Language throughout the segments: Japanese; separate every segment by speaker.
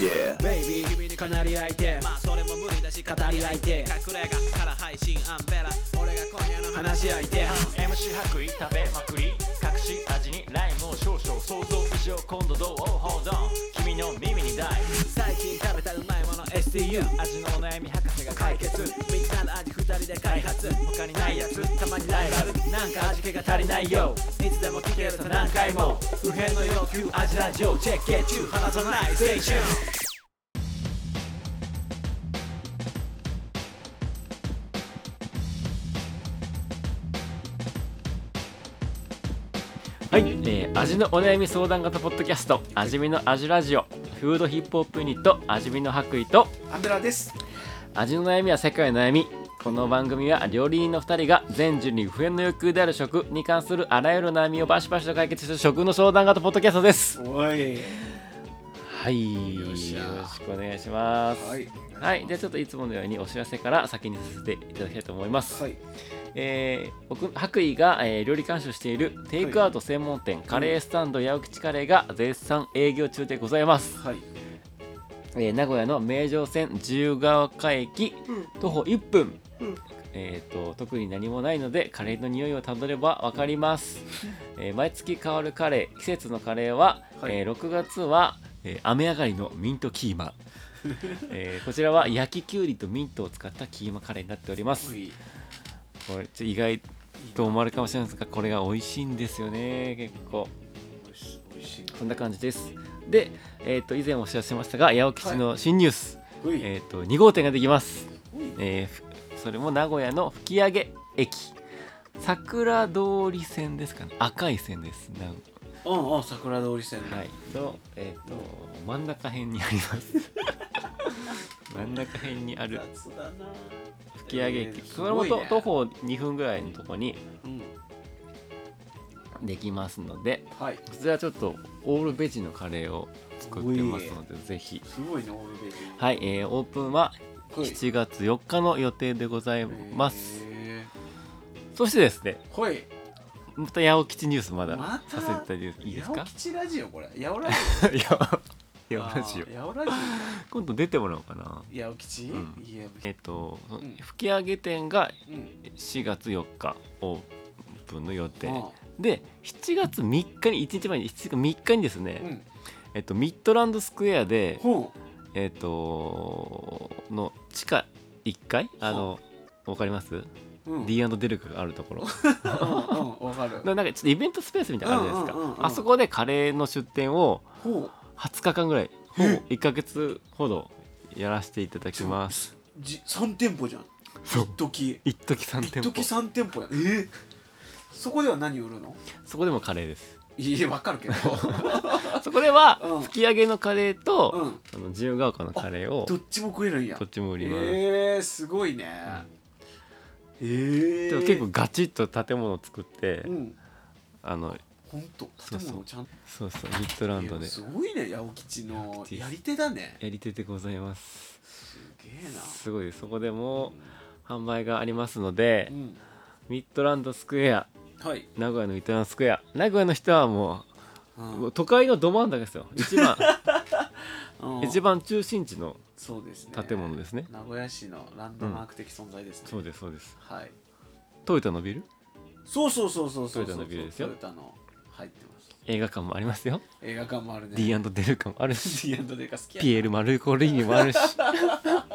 Speaker 1: Yeah
Speaker 2: ベイビー君にかなり相手
Speaker 3: まあそれも無理だし語り合いて隠れ家から配信アンベラ俺が今夜の話
Speaker 2: 話し合い手
Speaker 4: MC 白衣食べまくり隠し味にライムを少々想像以上今度どう Hold on 君の耳にダイ
Speaker 3: 最近食べたうまいもの STU
Speaker 4: 味のお悩み博士が
Speaker 3: 解
Speaker 4: 解決
Speaker 3: 決みんなの味二人で開発他にないやつたまにライバルなんか味気が足りないよいつでも聞けると何回も不変の要求味ラジオチェックゲッチュー離さないステーション
Speaker 5: はい、えー味のお悩み相談型ポッドキャスト味見の味ラジオフードヒップホップユニット味見の白衣と
Speaker 1: アンベラです
Speaker 5: 味の悩みは世界の悩みこの番組は料理人の2人が全人類不変の欲求である食に関するあらゆる悩みをバシバシと解決する食の相談型ポッドキャストです
Speaker 1: おい
Speaker 5: はいよ
Speaker 1: よっ
Speaker 5: ろし
Speaker 1: しゃ
Speaker 5: くお願いしますは、
Speaker 1: はいい
Speaker 5: じゃあちょっといつものようにお知らせから先にさせていただきたいと思います、
Speaker 1: はい
Speaker 5: えー僕白衣が、えー料理監修しているテイクアウト専門店、カレースタンド八百吉カレーが絶賛営業中でございます、
Speaker 1: はい
Speaker 5: えー名古屋の名城線自由が丘駅、徒歩1分、
Speaker 1: うん
Speaker 5: えー、と特に何もないのでカレーの匂いをたどれば分かります、えー毎月変わるカレー季節のカレーは、
Speaker 1: はい
Speaker 5: えー6月は、えー雨上がりのミントキ ーマ、えーこちらは焼ききゅうりとミントを使ったキーマカレーになっております
Speaker 1: おい
Speaker 5: これちょっと意外と思われるかもしれないですがこれが美味しいんですよね結構
Speaker 1: おいしおいしい
Speaker 5: そんな感じですで、えー、と以前お知らせしましたが八百吉の新ニュース、
Speaker 1: おい
Speaker 5: えー、と2号店ができます、えーふそれも名古屋の吹上駅桜通り線ですかね赤い線ですな
Speaker 1: うんうん桜通り線の
Speaker 5: はいの、えー、と真ん中辺にあり ます真ん中辺にある
Speaker 1: 雑だな
Speaker 5: 吹上駅、
Speaker 1: えーす
Speaker 5: それも
Speaker 1: ごい
Speaker 5: と
Speaker 1: ね
Speaker 5: 徒歩2分ぐらいのとこに
Speaker 1: うん
Speaker 5: できますので
Speaker 1: はい
Speaker 5: こちらちょっとオールベジのカレーを作ってますのでぜひ
Speaker 1: すごいねオールベジ
Speaker 5: はい、えーオープンは7月4日の予定でございます、
Speaker 1: へ
Speaker 5: そしてですね
Speaker 1: ーほい
Speaker 5: また八百吉ニュースまだ
Speaker 1: また
Speaker 5: させていただいていいです
Speaker 1: 八
Speaker 5: か
Speaker 1: 百吉ラジオこれ八百ラジ
Speaker 5: いや
Speaker 1: オ
Speaker 5: いやラジオ
Speaker 1: あー八百ラジ
Speaker 5: 今度出てもらおうかな
Speaker 1: オ八百吉
Speaker 5: うん
Speaker 1: いや
Speaker 5: えっ、と、
Speaker 1: ん
Speaker 5: 吹上店が
Speaker 1: うん
Speaker 5: 4月4日オープンの予定
Speaker 1: あ
Speaker 5: で7月3日に1日前に7月3日にです
Speaker 1: ー
Speaker 5: ね、
Speaker 1: うん
Speaker 5: えっと、ミッドランドスクエアで
Speaker 1: ほ
Speaker 5: えっ、との地下1階あのわかります、
Speaker 1: ううん
Speaker 5: D& デルクがあるとこ ろ
Speaker 1: うんうんわかる
Speaker 5: ななんかちょっとイベントスペースみたいなのあるじゃないですか、
Speaker 1: うんうんうんうん
Speaker 5: あそこでカレーの出店を
Speaker 1: ほう
Speaker 5: 20日間ぐらいほぼ1ヶ月ほどやらせていただきます
Speaker 1: じ3店舗じゃん
Speaker 5: そう
Speaker 1: 時
Speaker 5: 一時三3
Speaker 1: 一
Speaker 5: 店
Speaker 1: 時
Speaker 5: 舗
Speaker 1: 3店舗やんえーそこでは何売るの
Speaker 5: そこでもカレーです
Speaker 1: いやわかるけど
Speaker 5: そこでは
Speaker 1: うん
Speaker 5: 吹き上げのカレーと、
Speaker 1: うん
Speaker 5: あの自由が丘のカレーを
Speaker 1: どっちも食えるんや
Speaker 5: どっちも売ります、
Speaker 1: えーすごいねえ
Speaker 5: でも
Speaker 1: ー
Speaker 5: 結構ガチッと建物を作って、
Speaker 1: うん
Speaker 5: あの
Speaker 1: 本当
Speaker 5: そうそう
Speaker 1: 建物ちゃんと
Speaker 5: そうそうミッドランド
Speaker 1: い
Speaker 5: で
Speaker 1: やすごいね八百吉の
Speaker 5: 八百吉
Speaker 1: やり手だね
Speaker 5: やり手でございます
Speaker 1: すげえな
Speaker 5: すごいですそこでも販売がありますので、
Speaker 1: うん
Speaker 5: ミッドランドスクエア
Speaker 1: はい
Speaker 5: 名古屋のミッドランドスクエア名古屋の人はも
Speaker 1: うん
Speaker 5: うもう都会のど真ん中ですよ一番
Speaker 1: うん
Speaker 5: 一番中心地の
Speaker 1: そうですね
Speaker 5: 建物ですね
Speaker 1: 名古屋市のランドマーク的存在ですね
Speaker 5: そうですそうです
Speaker 1: はい
Speaker 5: トヨタのビル
Speaker 1: そうそうそうそうそう
Speaker 5: トヨタのビルですよ
Speaker 1: トヨタの入ってます
Speaker 5: 映画館もありますよ、
Speaker 1: 映画館もあるね
Speaker 5: D&D ルカもあるし
Speaker 1: D&D が好きや
Speaker 5: ピエール・マルコリーニもあるし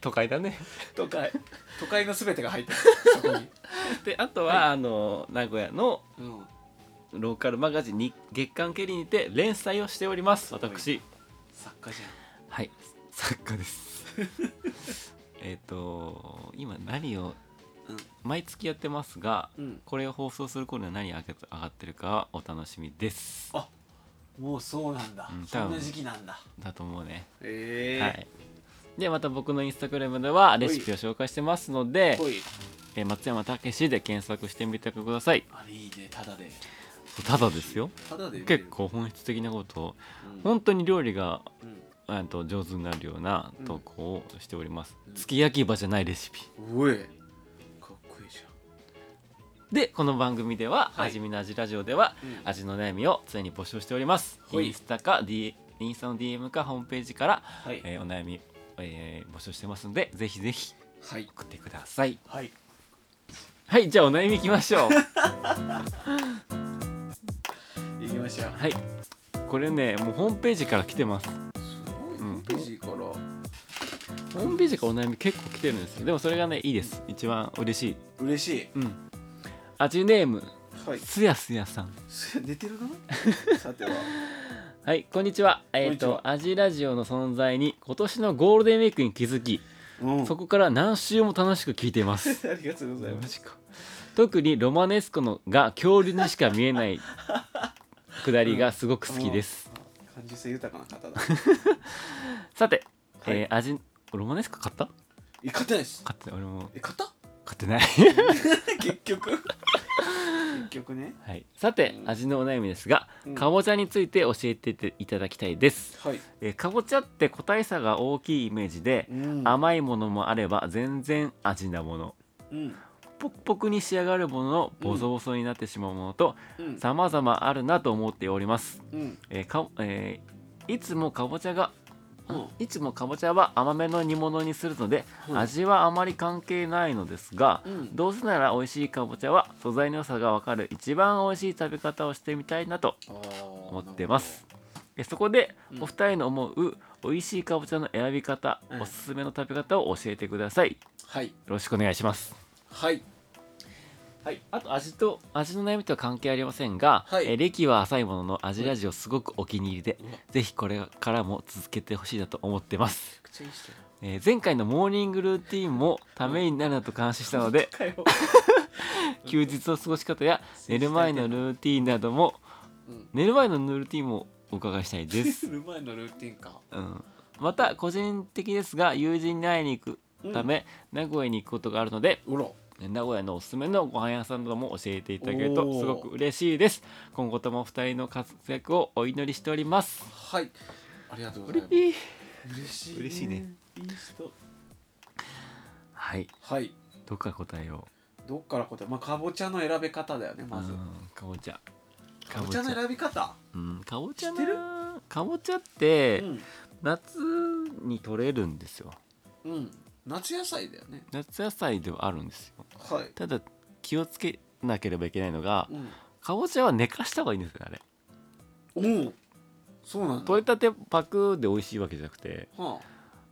Speaker 5: 都会だね
Speaker 1: 都会都会のすべてが入ってるそこに
Speaker 5: であとは、あの名古屋の
Speaker 1: うん
Speaker 5: ローカルマガジンに月刊ケリーにて連載をしております私
Speaker 1: 作家じ
Speaker 5: はい作家です えっと今何を
Speaker 1: うん
Speaker 5: 毎月やってますが、
Speaker 1: ゃんうん
Speaker 5: これを放送する頃には何が上がってるかはお楽しみです
Speaker 1: あもうそうなんだ、
Speaker 5: うん
Speaker 1: そ
Speaker 5: 多
Speaker 1: んな
Speaker 5: 分
Speaker 1: 時期なんだ
Speaker 5: だと思うね、
Speaker 1: ええ
Speaker 5: はいでまた僕のインスタグラムではレシピを紹介してますので
Speaker 1: ほい
Speaker 5: 「えー松山たけし」で検索してみてください
Speaker 1: あれいいねただで
Speaker 5: ただですよ
Speaker 1: ただで見れる
Speaker 5: 結、構本質的なことを
Speaker 1: うん
Speaker 5: 本当に料理が
Speaker 1: うん
Speaker 5: あと上手になるような投稿をしております、
Speaker 1: うん
Speaker 5: すき焼き場じゃないレシピ
Speaker 1: おいかっこいいじ
Speaker 5: でこの番組では「
Speaker 1: はい
Speaker 5: 味見の味ラジオ」では
Speaker 1: ゃん、うん
Speaker 5: 味の悩みを常に募集しております
Speaker 1: ほい
Speaker 5: インスタか、D、インスタの DM かホームページから、
Speaker 1: はい
Speaker 5: えーお悩み、えー募集してますのでぜひぜひ
Speaker 1: はい
Speaker 5: 送ってください
Speaker 1: はい
Speaker 5: はいじゃあお悩みいきましょう
Speaker 1: 行きましょう
Speaker 5: はいこれねもうホームページから来てます
Speaker 1: すごい
Speaker 5: う
Speaker 1: ホー
Speaker 5: ん
Speaker 1: ムページから
Speaker 5: ホームページからお悩み結構来てるんですよでもそれがねいいです一番嬉しい
Speaker 1: 嬉しい
Speaker 5: うん味ネーム
Speaker 1: はい
Speaker 5: すやすやさん
Speaker 1: す寝てるな さては
Speaker 5: はいこんにちはえっ、
Speaker 1: こんにち
Speaker 5: と
Speaker 1: は
Speaker 5: アジラジオの存在に今年のゴールデンウィークに気づき
Speaker 1: うん
Speaker 5: そこから何週も楽しく聞いていま す
Speaker 1: ありがとうございます
Speaker 5: ジか特にロマネスコのが恐竜にしか見えないくだりがすごく好きです、
Speaker 1: 感受性豊かな方だ
Speaker 5: さて、
Speaker 1: はい
Speaker 5: えー味ロマネスコ買った
Speaker 1: え勝てないです
Speaker 5: 買って俺も
Speaker 1: え勝った
Speaker 5: 買ってない
Speaker 1: 結局結局ね
Speaker 5: はい、さて
Speaker 1: うん
Speaker 5: 味のお悩みですが、
Speaker 1: うん
Speaker 5: かぼちゃについて教えていただきたいです、
Speaker 1: はい
Speaker 5: えーかぼちゃって個体差が大きいイメージで、
Speaker 1: うん
Speaker 5: 甘いものもあれば全然味なもの
Speaker 1: うん
Speaker 5: ポクポクに仕上がるものボソボソになってしまうものと
Speaker 1: うん
Speaker 5: 様々あるなと思っております、
Speaker 1: うん
Speaker 5: えーかえーいつもかぼちゃが
Speaker 1: うん
Speaker 5: いつもかぼちゃは甘めの煮物にするので、
Speaker 1: うん
Speaker 5: 味はあまり関係ないのですが、
Speaker 1: うん
Speaker 5: どうせなら美味しいかぼちゃは素材の良さがわかる一番美味しい食べ方をしてみたいなと思
Speaker 1: 思
Speaker 5: ってますえそこで
Speaker 1: うん
Speaker 5: お二人の思う美味しいかぼちゃの選び方、
Speaker 1: うん
Speaker 5: おすすめの食べ方を教えてくださいよ
Speaker 1: はい
Speaker 5: ろしくお願いします
Speaker 1: はい
Speaker 5: はい、あと味と味の悩みとは関係ありませんが、
Speaker 1: はい
Speaker 5: えー歴は浅いものの味ラジオすごくお気に入りで、
Speaker 1: うわめ
Speaker 5: ぜひこれからも続けてほしいなと思ってます
Speaker 1: ちゃくちゃいい人だ
Speaker 5: えー前回のモーニングルーティンもためになるなと監視したので
Speaker 1: かよ
Speaker 5: 休日の過ごし方や寝る前のルーティンなども
Speaker 1: うん
Speaker 5: 寝る前のルーティンもお伺いした い です、
Speaker 1: 寝る前のルーティンか
Speaker 5: うん、また個人的ですが友人に会いに行くため、名古屋に行くことがあるので
Speaker 1: うら
Speaker 5: 名古屋のおすすめのご飯屋さんなども教えていただけるとすごく嬉しいです今後ともお二人の活躍をお祈りしております
Speaker 1: はいありがとうございます嬉しい
Speaker 5: 嬉しいね
Speaker 1: いい人
Speaker 5: はい
Speaker 1: はい
Speaker 5: どっから答えを
Speaker 1: どっから答えまあかぼちゃの選び方だよねまず
Speaker 5: うんかぼちゃ
Speaker 1: かぼちゃの選び方
Speaker 5: うん、かぼちゃ
Speaker 1: 知ってる
Speaker 5: なかぼちゃって
Speaker 1: うん
Speaker 5: 夏に取れるんですよ
Speaker 1: うん夏野菜だよね
Speaker 5: 夏野菜ではあるんですよ
Speaker 1: はい
Speaker 5: ただ気をつけなければいけないのが
Speaker 1: うん
Speaker 5: かぼちゃは寝かした方がいいんですよあれ
Speaker 1: おおそうなんだ
Speaker 5: 取れたてパクで美味しいわけじゃなくて
Speaker 1: は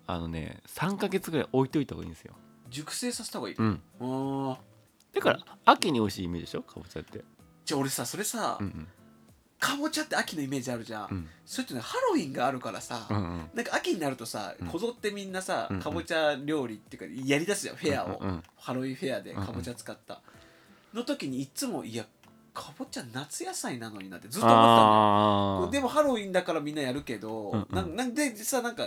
Speaker 1: あ
Speaker 5: あのね3ヶ月ぐらい置いといた方がいいんですよ
Speaker 1: 熟成させた方がいい
Speaker 5: うん
Speaker 1: あー
Speaker 5: だから秋に美味しいイメージでしょかぼちゃって
Speaker 1: じゃあ俺さそれさ
Speaker 5: うん
Speaker 1: かぼちゃって秋のイメージあるじゃ
Speaker 5: うんん
Speaker 1: それってねハロウィンがあるからさ
Speaker 5: うんうん
Speaker 1: なんか秋になるとさ
Speaker 5: うん
Speaker 1: こぞってみんなさ
Speaker 5: うん
Speaker 1: かぼちゃ料理っていうかやりだすじゃんフェアを
Speaker 5: うんうん
Speaker 1: ハロウィンフェアでかぼちゃ使ったの時にいつもいやかぼちゃ夏野菜なのになってずっと思ってたのよ
Speaker 5: あー
Speaker 1: でもハロウィンだからみんなやるけど、
Speaker 5: うんうん
Speaker 1: なんなんでさなんか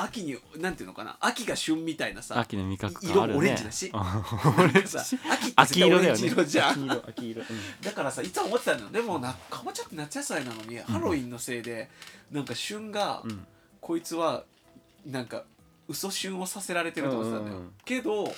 Speaker 1: 秋になんていうのかな秋が旬みたいなさ
Speaker 5: 秋の味覚がある
Speaker 1: 色オ
Speaker 5: よね
Speaker 1: レンジだし
Speaker 5: オレンジ
Speaker 1: さ
Speaker 5: だし
Speaker 1: 秋って
Speaker 5: 秋
Speaker 1: 絶対オ
Speaker 5: 色だ
Speaker 1: レン
Speaker 5: よね
Speaker 1: ジ色 じゃん、
Speaker 5: 色秋色、うん
Speaker 1: だからさいつも思ってたのよでもなかぼちゃって夏野菜なのに、ハロウィンのせいでなんか旬が、
Speaker 5: うん
Speaker 1: こいつはなんか嘘旬をさせられてると思ってたんだよ、
Speaker 5: うんうんうん
Speaker 1: けど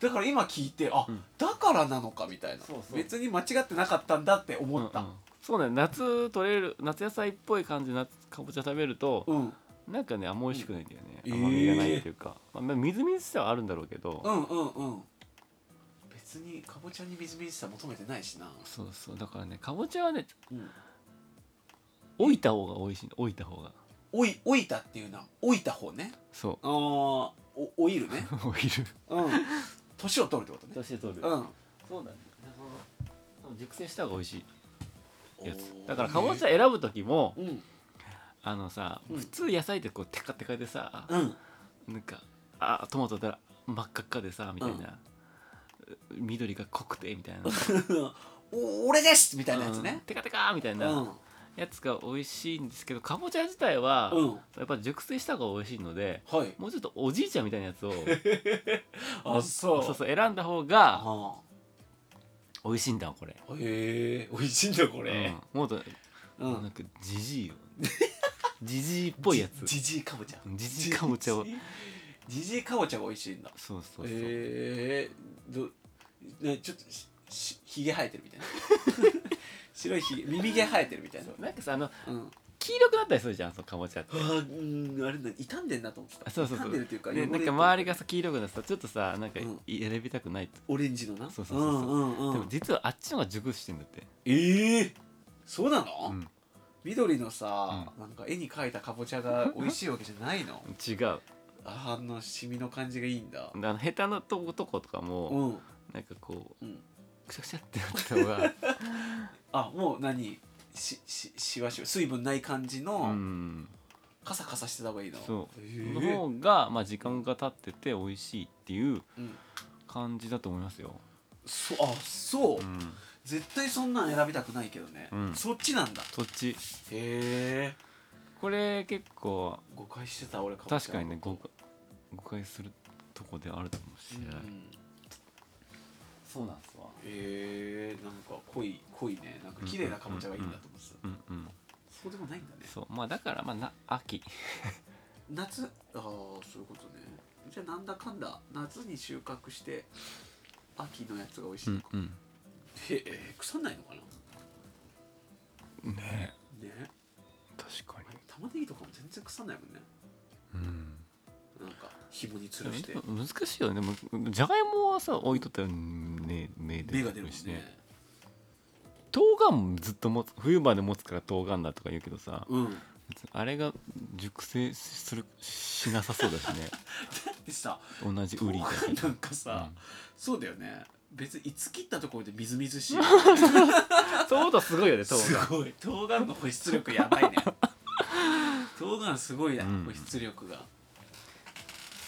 Speaker 1: だから今聞いてあ、
Speaker 5: うん
Speaker 1: だからなのかみたいな
Speaker 5: そうそう
Speaker 1: 別に間違ってなかったんだって思った
Speaker 5: うんうんそうね夏取れる夏野菜っぽい感じの夏かぼちゃ食べると、
Speaker 1: うん、うん
Speaker 5: なんかねあんま美味しくないんだよね、
Speaker 1: うん
Speaker 5: 甘みがないっていうか、まあ、みずみずしさはあるんだろうけど、
Speaker 1: うんうんうん別にかぼちゃにみずみずしさ求めてないしな
Speaker 5: そうそうだからねかぼちゃはね
Speaker 1: うん
Speaker 5: 置いた方が美味しいの置いた方が
Speaker 1: おいおいたっていうのはおいた方ね
Speaker 5: そ
Speaker 1: あーおおいるね
Speaker 5: う お昼
Speaker 1: うん年を取るってことね
Speaker 5: して取る
Speaker 1: うん
Speaker 5: そうなんだよその熟成した方が美味しいやつ
Speaker 1: おー
Speaker 5: だからかぼちゃ選ぶ時も
Speaker 1: うん
Speaker 5: あのさ
Speaker 1: うん
Speaker 5: 普通野菜ってこうテカテカでさ、
Speaker 1: うん
Speaker 5: なんかあトマトだら真っ赤っかでさみたいな、緑が濃くてみたいな
Speaker 1: お 俺ですみたいなやつ
Speaker 5: うん
Speaker 1: ね
Speaker 5: テカテカみたい
Speaker 1: うんうん
Speaker 5: なやつが美味しいんですけどかぼちゃ自体はやっぱ熟成した方が美味しいので
Speaker 1: はい
Speaker 5: もうちょっとおじいちゃんみたいなやつを
Speaker 1: あそ
Speaker 5: そうそう選んだ方が
Speaker 1: あ
Speaker 5: 美味しいんだわこれ
Speaker 1: ーへえおいしいんだこれ
Speaker 5: うんもっと
Speaker 1: う
Speaker 5: なんかじじいよじじいっぽいやつ
Speaker 1: じじいかぼちゃ
Speaker 5: じじいかぼちゃを
Speaker 1: じじいかぼちゃが美味しいんだ
Speaker 5: そうそうそう、
Speaker 1: ええー、どねちょっとし しひげ生えてるみたいな白いひげ耳毛生えてるみたいな
Speaker 5: そうなんかさあの
Speaker 1: うん
Speaker 5: き黄色くなったりするじゃんそ のかぼちゃって
Speaker 1: あーうんあれな傷んでんなと思ってた
Speaker 5: あそうそうそう
Speaker 1: 傷んでるっていうか、
Speaker 5: ね、
Speaker 1: 汚れ
Speaker 5: なん
Speaker 1: て
Speaker 5: か
Speaker 1: る
Speaker 5: 周りがさ黄色くなってさちょっとさなんか
Speaker 1: うん
Speaker 5: い選びたくないと、
Speaker 1: オレンジのな
Speaker 5: そうそうそうそうん
Speaker 1: うんう
Speaker 5: で
Speaker 1: ん
Speaker 5: も実はあっちの方が熟してんだって
Speaker 1: ええそうなの、
Speaker 5: うん
Speaker 1: 緑のさ、なんか絵に描いたかぼちゃ が美味しいわけじゃないの
Speaker 5: 違う
Speaker 1: あのシミの感じがいいんだ
Speaker 5: あの下手なとことことかも
Speaker 1: うん
Speaker 5: なんかこう、
Speaker 1: うん
Speaker 5: くしゃくしゃってなったの が
Speaker 1: あもう何しししわしわ水分ない感じの、
Speaker 5: うん
Speaker 1: カサカサしてた方がいいの
Speaker 5: そう
Speaker 1: え
Speaker 5: の
Speaker 1: え
Speaker 5: 方が、まあ、時間が経ってて美味しいっていう
Speaker 1: うん
Speaker 5: 感じだと思いますよ、
Speaker 1: そあそう、
Speaker 5: うん、
Speaker 1: 絶対そんなん選びたくないけどね、
Speaker 5: うん
Speaker 1: そっちなんだ
Speaker 5: そっち
Speaker 1: へえ
Speaker 5: これ結構
Speaker 1: 誤解してた俺かぼちゃ
Speaker 5: 確かにね
Speaker 1: の
Speaker 5: 誤
Speaker 1: こ
Speaker 5: 解誤解するとこであるかもし
Speaker 1: と
Speaker 5: れない、
Speaker 1: うん
Speaker 5: そうなんですわ
Speaker 1: えー、なんか濃い濃いねなんか綺麗なかぼちゃがいいんだと思ってた、
Speaker 5: うんうん
Speaker 1: そうでもないんだね
Speaker 5: そうまあだからまあな秋
Speaker 1: 夏ああそういうことねじゃあなんだかんだ夏に収穫して秋のやつが美味しいのか、
Speaker 5: うん
Speaker 1: へえ腐んないのかな
Speaker 5: ね
Speaker 1: ね
Speaker 5: 確か
Speaker 1: あれ玉ねぎとかも全然腐んないもんね
Speaker 5: にう
Speaker 1: な
Speaker 5: ん
Speaker 1: んか紐に吊るして
Speaker 5: 難しいよねでもじゃがいもはさ置いとったらね芽
Speaker 1: 芽
Speaker 5: 出
Speaker 1: が
Speaker 5: て
Speaker 1: 出
Speaker 5: く
Speaker 1: る
Speaker 5: る
Speaker 1: も
Speaker 5: し
Speaker 1: ん
Speaker 5: ね
Speaker 1: ね
Speaker 5: 冬瓜もずっと持つ冬まで持つから冬瓜だとか言うけどさ
Speaker 1: うん
Speaker 5: 別にあれが熟成するしなさそうだし ね
Speaker 1: でさ
Speaker 5: 同じウ
Speaker 1: 冬
Speaker 5: リだ
Speaker 1: 瓜
Speaker 5: けど
Speaker 1: なんかさ、そうだよね別にいつ切ったところでみずみずしい
Speaker 5: そうだすごいよね冬
Speaker 1: す
Speaker 5: 瓜
Speaker 1: ごい冬瓜の保湿力やばい ね冬瓜すごいな、
Speaker 5: うん
Speaker 1: 保湿力が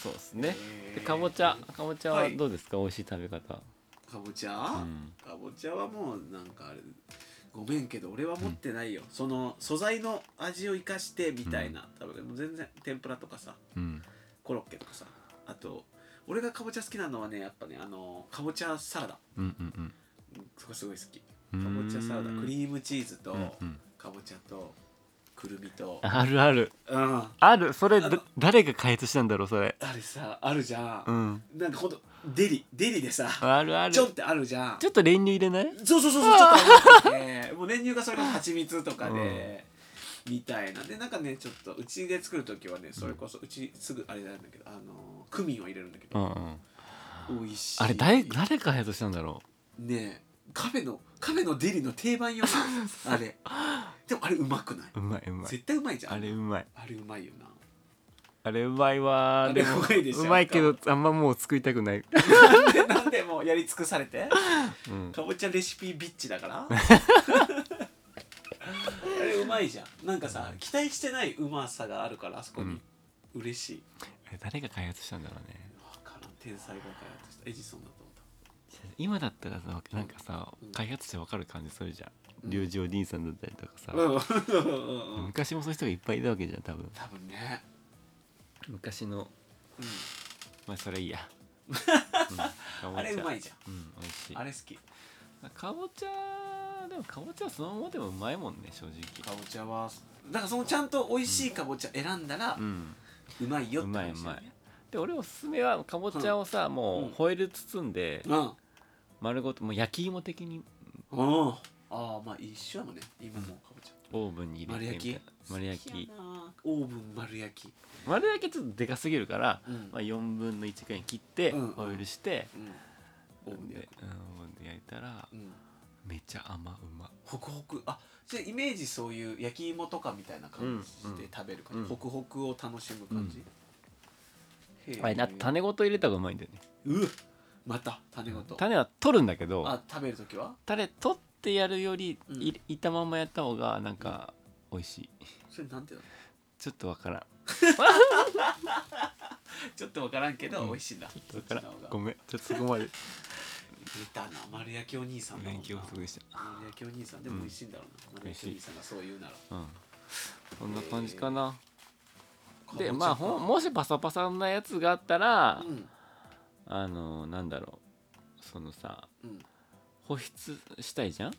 Speaker 5: そうですね
Speaker 1: へ
Speaker 5: で
Speaker 1: ー
Speaker 5: かぼちゃかぼちゃ
Speaker 1: は
Speaker 5: はいどうですか、美味しい食べ方
Speaker 1: かぼちゃ、
Speaker 5: ん
Speaker 1: かぼちゃはもうなんかあれごめんけど俺は持ってないよ、その素材の味を生かしてみたいな、多分もう全然天ぷらとかさ
Speaker 5: うん
Speaker 1: コロッケとかさあと俺がかぼちゃ好きなのはねやっぱねあのかぼちゃサラダ
Speaker 5: うんうん
Speaker 1: うんそこすごい好きか
Speaker 5: うん
Speaker 1: ぼちゃサラダク
Speaker 5: ー
Speaker 1: リームチーズと、
Speaker 5: うんうん
Speaker 1: かぼちゃとくるみと
Speaker 5: あるある
Speaker 1: うんあ
Speaker 5: あるそれ
Speaker 1: あ
Speaker 5: だ
Speaker 1: の
Speaker 5: 誰が開発したんだろうそれ
Speaker 1: れさあるじゃ、
Speaker 5: うんん
Speaker 1: なんかほんとデリデリでさ
Speaker 5: あるある
Speaker 1: ち
Speaker 5: ち
Speaker 1: ょ
Speaker 5: ょ
Speaker 1: んってあるじゃん
Speaker 5: っと練乳入れない
Speaker 1: そうそうそうそうちょっと甘く てもう練乳がそれが蜂蜜とかで、みたいなでなんかねちょっとうちで作る時はねそれこそうちすぐあれなんだけどあのークミンを入れるんだけ
Speaker 5: う
Speaker 1: ど、
Speaker 5: んうん
Speaker 1: 美味しい
Speaker 5: あれ誰誰開発したんだろ
Speaker 1: ねえカフェのカフェのデリの定番よなあれでもあれうまくないう
Speaker 5: うまいうまい
Speaker 1: 絶対うまいじゃん
Speaker 5: あれうまい
Speaker 1: あれうまいよな
Speaker 5: あれうまいわ
Speaker 1: あ
Speaker 5: ー
Speaker 1: れ
Speaker 5: で
Speaker 1: う
Speaker 5: も
Speaker 1: まいでしょ
Speaker 5: うまいけどあんまもう作りたくない、
Speaker 1: なんでなんでもうやり尽くされて
Speaker 5: うん、
Speaker 1: かぼちゃレシピビッチだから あれうまいじゃんなんかさ期待してないうまさがあるからあそこに、嬉しい
Speaker 5: あれ誰が開発したんだろうね
Speaker 1: 分からん天才が開発したエジソンだと思った
Speaker 5: 今だったらさなんかさ
Speaker 1: うん
Speaker 5: 開発者わかる感じするじゃ
Speaker 1: うん
Speaker 5: ん龍二おじいさんだったりとかさ、
Speaker 1: うんうんうんうん
Speaker 5: 昔もそういう人がいっぱいいたわけじゃん多分
Speaker 1: 多分ね、
Speaker 5: 昔の
Speaker 1: う
Speaker 5: まあそれいいや、うん
Speaker 1: ん、あれうまいじゃ
Speaker 5: うん美味しい
Speaker 1: んあれ好き
Speaker 5: かぼちゃでもかぼちゃはそのままでもうまいもんね正直
Speaker 1: かぼちゃはだからそのちゃんと美味しいかぼちゃ選んだら
Speaker 5: うん
Speaker 1: うまいよ
Speaker 5: う
Speaker 1: って
Speaker 5: まいう
Speaker 1: 話だ
Speaker 5: ま
Speaker 1: よ
Speaker 5: い
Speaker 1: ね
Speaker 5: で俺おすすめはかぼちゃをさ、
Speaker 1: う
Speaker 5: も
Speaker 1: ん
Speaker 5: うホイル包んで
Speaker 1: うん
Speaker 5: 丸ごともう焼き芋的に
Speaker 1: うんああまあ一緒やもんね今もうかぼちゃ
Speaker 5: オーブンに入れてみたいな
Speaker 1: 丸
Speaker 5: 丸
Speaker 1: 焼き
Speaker 5: 焼き
Speaker 1: 好きやなオーブン丸焼き
Speaker 5: 丸焼きちょっとでかすぎるから、
Speaker 1: うん
Speaker 5: まあ、4分の1くらいに切って
Speaker 1: うん
Speaker 5: ホイルして、
Speaker 1: うんオーブンで
Speaker 5: で
Speaker 1: 焼く
Speaker 5: うんオーブンで焼いたら
Speaker 1: うん
Speaker 5: めっちゃ甘うま
Speaker 1: ホクホクあじゃあイメージそういう焼き芋とかみたいな感じで食べる感じ、
Speaker 5: うんうん
Speaker 1: ホクホクを楽しむ感じ、へえ
Speaker 5: あれな種ごと入れた方がうまいんだよね
Speaker 1: うっまた種ごと、
Speaker 5: 種は取るんだけど
Speaker 1: あ食べる時は
Speaker 5: 種取ってやるより
Speaker 1: うん
Speaker 5: いいたままやった方がなんか美味しい
Speaker 1: それなんていうの
Speaker 5: ちょっとわからん
Speaker 1: ちょっとわからんけど、美味しいんだ
Speaker 5: わからん
Speaker 1: そっちの方
Speaker 5: ご
Speaker 1: が
Speaker 5: めんちょっとそこまで
Speaker 1: 出たな丸焼きお兄さんだもん
Speaker 5: 勉
Speaker 1: な
Speaker 5: 強不足でし
Speaker 1: 丸焼きお兄さんでも美味しいんだろうな、
Speaker 5: ん
Speaker 1: 丸焼きお兄さんがそう言うなら
Speaker 5: たうんそんな感じかな、で
Speaker 1: かぼちゃか
Speaker 5: まあほんもしパサパサなやつがあったら、
Speaker 1: うん
Speaker 5: あのなんだろうそのさ
Speaker 1: うん
Speaker 5: 保湿したいじゃん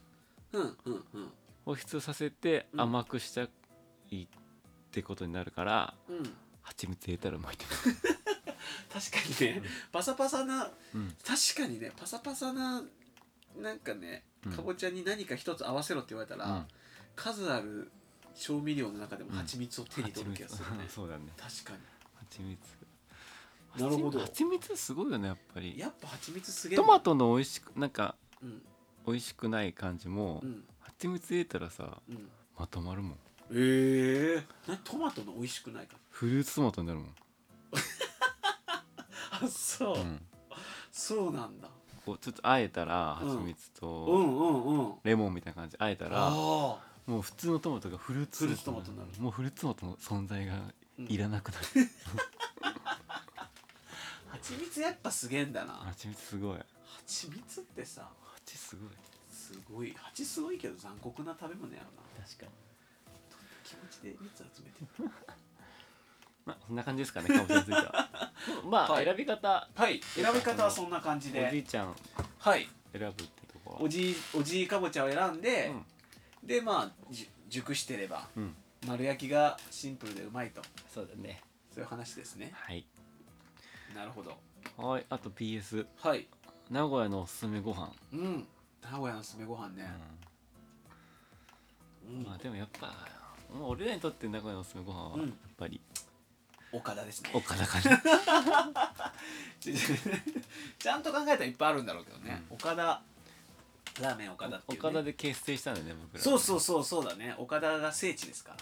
Speaker 1: うんうんうん
Speaker 5: 保湿させて
Speaker 1: うん
Speaker 5: 甘くしたいってことになるから、
Speaker 1: うん
Speaker 5: 蜂蜜入れたらうまいと
Speaker 1: 確かにねパサパサな
Speaker 5: 思う、うん、
Speaker 1: 確かにねパサパサななんかね
Speaker 5: うん
Speaker 1: かぼちゃに何か一つ合わせろって言われたら、
Speaker 5: うん
Speaker 1: 数ある調味料の中でも蜂蜜を手に取る気がするね、
Speaker 5: うん そうだね
Speaker 1: 確か
Speaker 5: 蜂蜜
Speaker 1: になるほど
Speaker 5: 蜂蜜すごいよねやっぱり
Speaker 1: やっぱ蜂蜜すげえな
Speaker 5: トマトの美味しくなんか
Speaker 1: うん
Speaker 5: 美味しくない感じも、
Speaker 1: うん
Speaker 5: 蜂蜜入れたらさ
Speaker 1: うん
Speaker 5: まとまるもん
Speaker 1: えー、なトマトの美味しくないか
Speaker 5: フルーツトマトになるもん、
Speaker 1: あそう、
Speaker 5: うん、
Speaker 1: そうなんだ
Speaker 5: こうちょっとあえたら
Speaker 1: うん
Speaker 5: 蜂蜜
Speaker 1: う
Speaker 5: と
Speaker 1: んうんうん
Speaker 5: レモンみたいな感じであえたら、
Speaker 1: ああ
Speaker 5: もう普通のトマトがフルーツ
Speaker 1: フルーツトマトになる
Speaker 5: もうフルーツトマトの存在が
Speaker 1: うん
Speaker 5: いらなくなる、
Speaker 1: 蜂蜜やっぱすげえんだな
Speaker 5: 蜂蜜すごい
Speaker 1: 蜂蜜ってさ
Speaker 5: 蜂すごい
Speaker 1: すごい蜂すごいけど残酷な食べ物やろな
Speaker 5: 確かに
Speaker 1: 気持ちで蜜集めてる
Speaker 5: まあそんな感じですかねかもしれないは でもまあ、
Speaker 1: はい
Speaker 5: 選び方
Speaker 1: はい選び方はそんな感じ
Speaker 5: おじ
Speaker 1: で
Speaker 5: いちゃん
Speaker 1: はい
Speaker 5: 選ぶってとこは
Speaker 1: おじいおじいかぼちゃを選んで、でまあじゅ熟してれば
Speaker 5: うん、うん、
Speaker 1: 丸焼きがシンプルでうまいと
Speaker 5: そうだね
Speaker 1: そういう話ですね
Speaker 5: はい
Speaker 1: なるほど
Speaker 5: はいあと PS
Speaker 1: はい
Speaker 5: 名古屋のおすすめご飯、
Speaker 1: うん名古屋のすすめご飯ね、うん
Speaker 5: まあでもやっぱまあ俺らにとって名古屋のおすすめご飯は
Speaker 1: うん
Speaker 5: やっぱり
Speaker 1: 岡田ですね
Speaker 5: 岡田かな
Speaker 1: ち ちゃんと考えたらいっぱいあるんだろうけどね、岡田ラーメン岡田っていう、ね、
Speaker 5: 岡田で結成したんだよね僕ら
Speaker 1: そうそうそうそうだね岡田が聖地ですから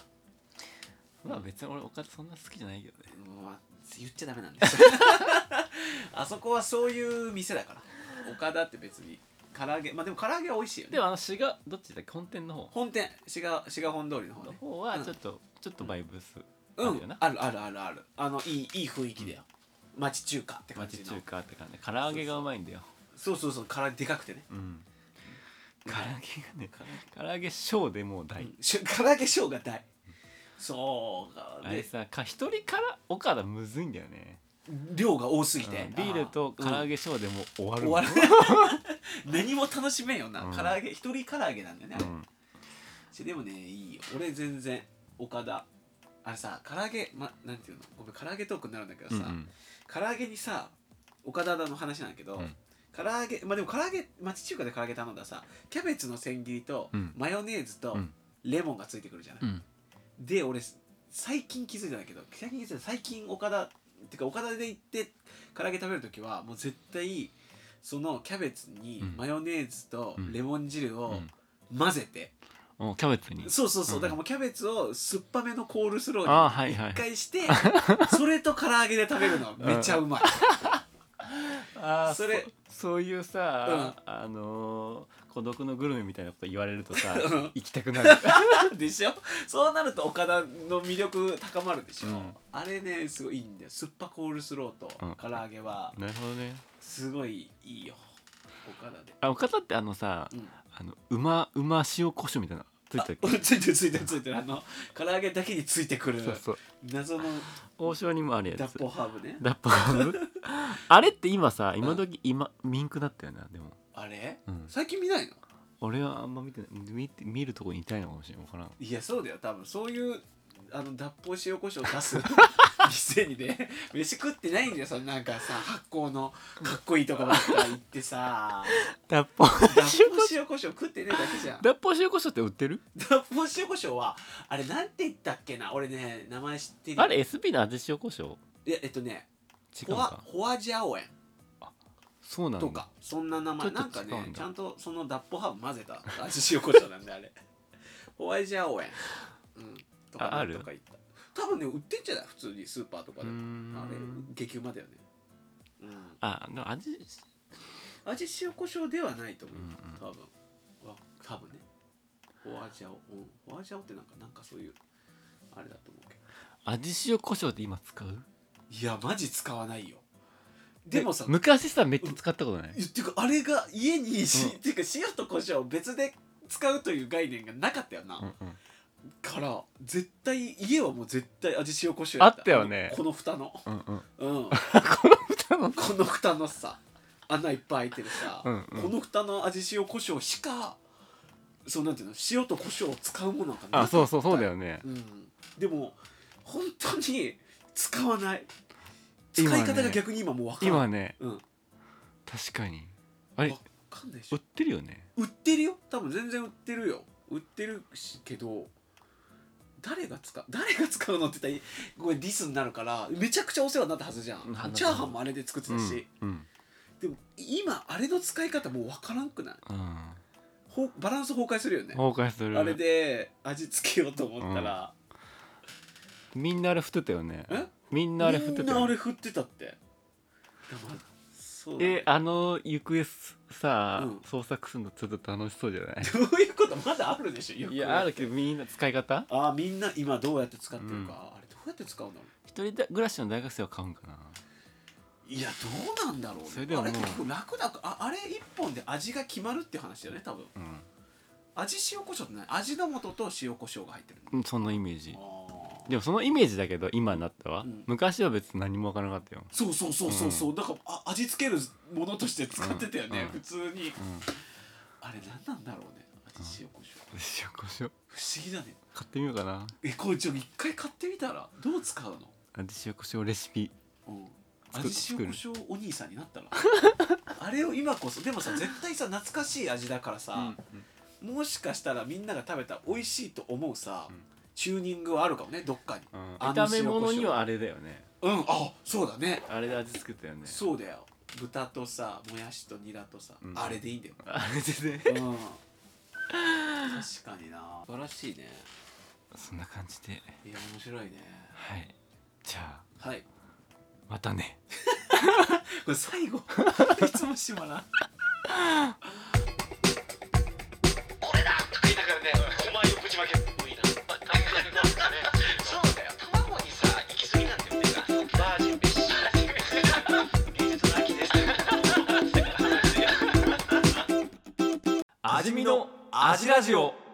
Speaker 5: まあ別に俺岡田そんな好きじゃないけどね
Speaker 1: まあ言っちゃダメなんです あそこはそういう店だから岡田って別に唐揚げまあでも唐揚げは美味しいよね
Speaker 5: でもあの滋賀どっちだっけ本店の方
Speaker 1: 本店滋賀滋賀本通りの方
Speaker 5: の
Speaker 1: ね
Speaker 5: 方は
Speaker 1: うん
Speaker 5: ちょっと、ちょっとバイブスあ
Speaker 1: う
Speaker 5: るよ
Speaker 1: ん
Speaker 5: な、
Speaker 1: あるあるあるあるあのいいいい雰囲気だよ、町中華って感
Speaker 5: 町
Speaker 1: じの
Speaker 5: 中華って感じで唐揚げがうまいんだよ
Speaker 1: そうそうそう唐揚げでかくてね、
Speaker 5: うん唐揚げがね唐揚げ小でもう大、
Speaker 1: し唐揚げショーが大そうか
Speaker 5: あれ
Speaker 1: で
Speaker 5: さか一人から岡田むずいんだよね、
Speaker 1: 量が多すぎ
Speaker 5: うん
Speaker 1: て、
Speaker 5: ビールと唐揚
Speaker 1: げ、
Speaker 5: げ小でもう終わ
Speaker 1: うん
Speaker 5: る
Speaker 1: 終
Speaker 5: も
Speaker 1: わ
Speaker 5: ん
Speaker 1: る 何も楽しめんよな、
Speaker 5: うん
Speaker 1: 唐揚げ一人唐揚げなんだよね、あれ
Speaker 5: うん
Speaker 1: ちでもねいいよ俺全然岡田あれさ唐揚げまなんていうのごめん唐揚げトークになるんだけど
Speaker 5: うんう
Speaker 1: さ、
Speaker 5: ん
Speaker 1: 唐揚げにさ岡田の話なんだけど、
Speaker 5: うん
Speaker 1: 唐揚げまあでも唐揚げ町中華で唐揚げ頼んだらさキャベツの千切りと、
Speaker 5: うん
Speaker 1: マヨネーズと
Speaker 5: うん
Speaker 1: レモンがついてくるじゃない、
Speaker 5: うん
Speaker 1: で俺最近気づいたんだけど最近気づいた最近岡田ってか岡田で行って唐揚げ食べる時はもう絶対そのキャベツに
Speaker 5: うん
Speaker 1: マヨネーズと
Speaker 5: うん
Speaker 1: レモン汁
Speaker 5: う
Speaker 1: を
Speaker 5: ん
Speaker 1: 混ぜて、
Speaker 5: おキャベツに
Speaker 1: そうそうそう、
Speaker 5: うん
Speaker 1: だからもうキャベツを酸っぱめのコールスロー
Speaker 5: あーはい
Speaker 1: に
Speaker 5: はい
Speaker 1: 一回 して、それと唐揚げで食べるのめちゃうまい、
Speaker 5: あー
Speaker 1: それ
Speaker 5: そそういうさ、あのー孤独のグルメみたいなこと言われるとさ
Speaker 1: うん
Speaker 5: 行きた くなる
Speaker 1: でしょそうなると岡田の魅力高まるでしょ、
Speaker 5: うん
Speaker 1: あれねすごいいいんだよ酸っぱコールスローと
Speaker 5: うん
Speaker 1: 唐揚げは
Speaker 5: なるほどね
Speaker 1: すごいいいよ岡田で
Speaker 5: あ岡田ってあのさ、
Speaker 1: うん
Speaker 5: あの馬馬塩コショウみたいなのついてたっけ
Speaker 1: うん ついてるついてるついてるあの唐揚げだけについてくる
Speaker 5: そうそう
Speaker 1: 謎の
Speaker 5: 王将にもあるやつ
Speaker 1: 脱法ハーブね
Speaker 5: 脱法 あれって今さ今時今ミンクだったよなでも、
Speaker 1: あれ
Speaker 5: うん、
Speaker 1: 最近見ないの
Speaker 5: 俺はあんま見てない見て見るとこにいたいのかもしれないわからん
Speaker 1: いやそうだよ多分そういうあの脱法塩コショウ出 す店にね飯食ってないんだよそのなんかさ発酵のかっこいいとこばっか行って さ
Speaker 5: 脱法
Speaker 1: 脱法塩コショウ食ってねえだけじ ゃん
Speaker 5: 脱法塩コショウって売ってる
Speaker 1: 脱法塩コショウはあれなんて言ったっけな俺ね名前知ってる
Speaker 5: あれ SP の味塩コショウ
Speaker 1: いやえっとね
Speaker 5: 違
Speaker 1: ホ
Speaker 5: う
Speaker 1: ワ
Speaker 5: か
Speaker 1: ホワジャオエン
Speaker 5: そうなんだ
Speaker 1: とかそんな名前
Speaker 5: ちょ
Speaker 1: な
Speaker 5: っ
Speaker 1: んか
Speaker 5: と違うんだ
Speaker 1: ねちゃんとその脱法ハーブ混ぜた味塩コショウなんであれホワイジャオエン、うん、とか
Speaker 5: あ
Speaker 1: な
Speaker 5: あ
Speaker 1: ん
Speaker 5: る
Speaker 1: とか言った多分ね売ってんじゃない普通にスーパーとか
Speaker 5: う
Speaker 1: で
Speaker 5: ー
Speaker 1: も
Speaker 5: ん
Speaker 1: あれ激うまだよね、うん、
Speaker 5: あでも味
Speaker 1: 味塩コショウではないと思う、
Speaker 5: うんうん
Speaker 1: 多分わ多分ねホワイジャオ、うん、ホワイジャオってなんかなんかそういうあれだと思うけど
Speaker 5: 味塩コショウって今使う
Speaker 1: いやマジ使わないよでもさ
Speaker 5: え昔さめっちゃ使ったことない、
Speaker 1: いやっていうかあれが家にし、
Speaker 5: うん
Speaker 1: っていうか塩と胡椒を別で使うという概念がなかったよな、
Speaker 5: うんうん
Speaker 1: から絶対家はもう絶対味塩胡椒や
Speaker 5: あったよね
Speaker 1: この蓋の
Speaker 5: うんうん
Speaker 1: うんこ
Speaker 5: 蓋の
Speaker 1: の蓋のさ穴いっぱい開いてるさ、
Speaker 5: うんうん
Speaker 1: この蓋の味塩胡椒しかそうなんていうの塩と胡椒を使うものなんかな
Speaker 5: あそうそうそうだよね
Speaker 1: うん、でも本当に使わない使い
Speaker 5: 今ね
Speaker 1: 方が逆に今もう分かんない
Speaker 5: 今ね
Speaker 1: うん、
Speaker 5: 確かにあれ
Speaker 1: 分かんないでし
Speaker 5: 売
Speaker 1: ょ
Speaker 5: ってるよね
Speaker 1: 売ってるよ多分全然売ってるよ売ってるしけど誰が使う誰が使うのって言ったらこれディスになるからめちゃくちゃお世話になったはずじゃん、
Speaker 5: うん
Speaker 1: チャーハンもあれで作ってたし、
Speaker 5: うんうん
Speaker 1: でも今あれの使い方もう分からんくない
Speaker 5: うん
Speaker 1: ほうバランス崩壊するよね
Speaker 5: 崩壊する
Speaker 1: あれで味付けようと思ったら、
Speaker 5: みんなあれ振ってたよね
Speaker 1: え
Speaker 5: みんなあれ振っ
Speaker 1: み
Speaker 5: て
Speaker 1: ん
Speaker 5: た
Speaker 1: な
Speaker 5: よ
Speaker 1: あ
Speaker 5: ね
Speaker 1: れ振ってたってだからそうだね
Speaker 5: えあの行方さ、
Speaker 1: うん
Speaker 5: 捜索するのちょっと楽しそうじゃない
Speaker 1: どういうことまだあるでしょよく
Speaker 5: いやあるけどみんな使い方
Speaker 1: あーみんな今どうやって使ってるか、
Speaker 5: うん
Speaker 1: あれどうやって使うんだろ
Speaker 5: 一人で暮らしの大学生は買うんかな
Speaker 1: ういやどうなんだろうね
Speaker 5: それでも
Speaker 1: あれ
Speaker 5: もう
Speaker 1: 結構楽だかああれ一本で味が決まるって話だよね多分味塩コショウってない味の素と塩コショウが入ってる
Speaker 5: うんそのイメージ
Speaker 1: あー
Speaker 5: でもそのイメージだけど今になったわ、
Speaker 1: うん
Speaker 5: 昔は別に何も分からなかったよ、
Speaker 1: そうそうそうそうそう、だからあ味付けるものとして使ってたよね、
Speaker 5: うんうん
Speaker 1: 普通に
Speaker 5: うん、
Speaker 1: あれ何なんだろうね味塩コショウ
Speaker 5: 塩コショウ
Speaker 1: 不思議だね
Speaker 5: 買ってみようかな
Speaker 1: えこれちょ一回買ってみたらどう使うの、
Speaker 5: 味塩コショウレシピ
Speaker 1: うん、
Speaker 5: 作
Speaker 1: 味
Speaker 5: 作
Speaker 1: 塩
Speaker 5: る
Speaker 1: コショウお兄さんになったらあれを今こそでもさ絶対さ懐かしい味だからさ、もしかしたらみんなが食べた美味しいと思うさ、
Speaker 5: ん
Speaker 1: チューニングはあるかもねどっかに、
Speaker 5: うん
Speaker 1: あの
Speaker 5: 炒め物には
Speaker 1: 塩
Speaker 5: あれだよね
Speaker 1: コショウうんあそうだね
Speaker 5: あれで味付けたよね
Speaker 1: そうだよ豚とさもやしとニラとさ、
Speaker 5: うん
Speaker 1: あれでいいんだよ、
Speaker 5: あれでね
Speaker 1: うん、確かにな素晴らしいね
Speaker 5: そんな感じで
Speaker 1: いや面白いね
Speaker 5: はいじゃあ
Speaker 1: はい
Speaker 5: またね
Speaker 1: これ最後いつもしまらん
Speaker 5: 味見の味ラジオ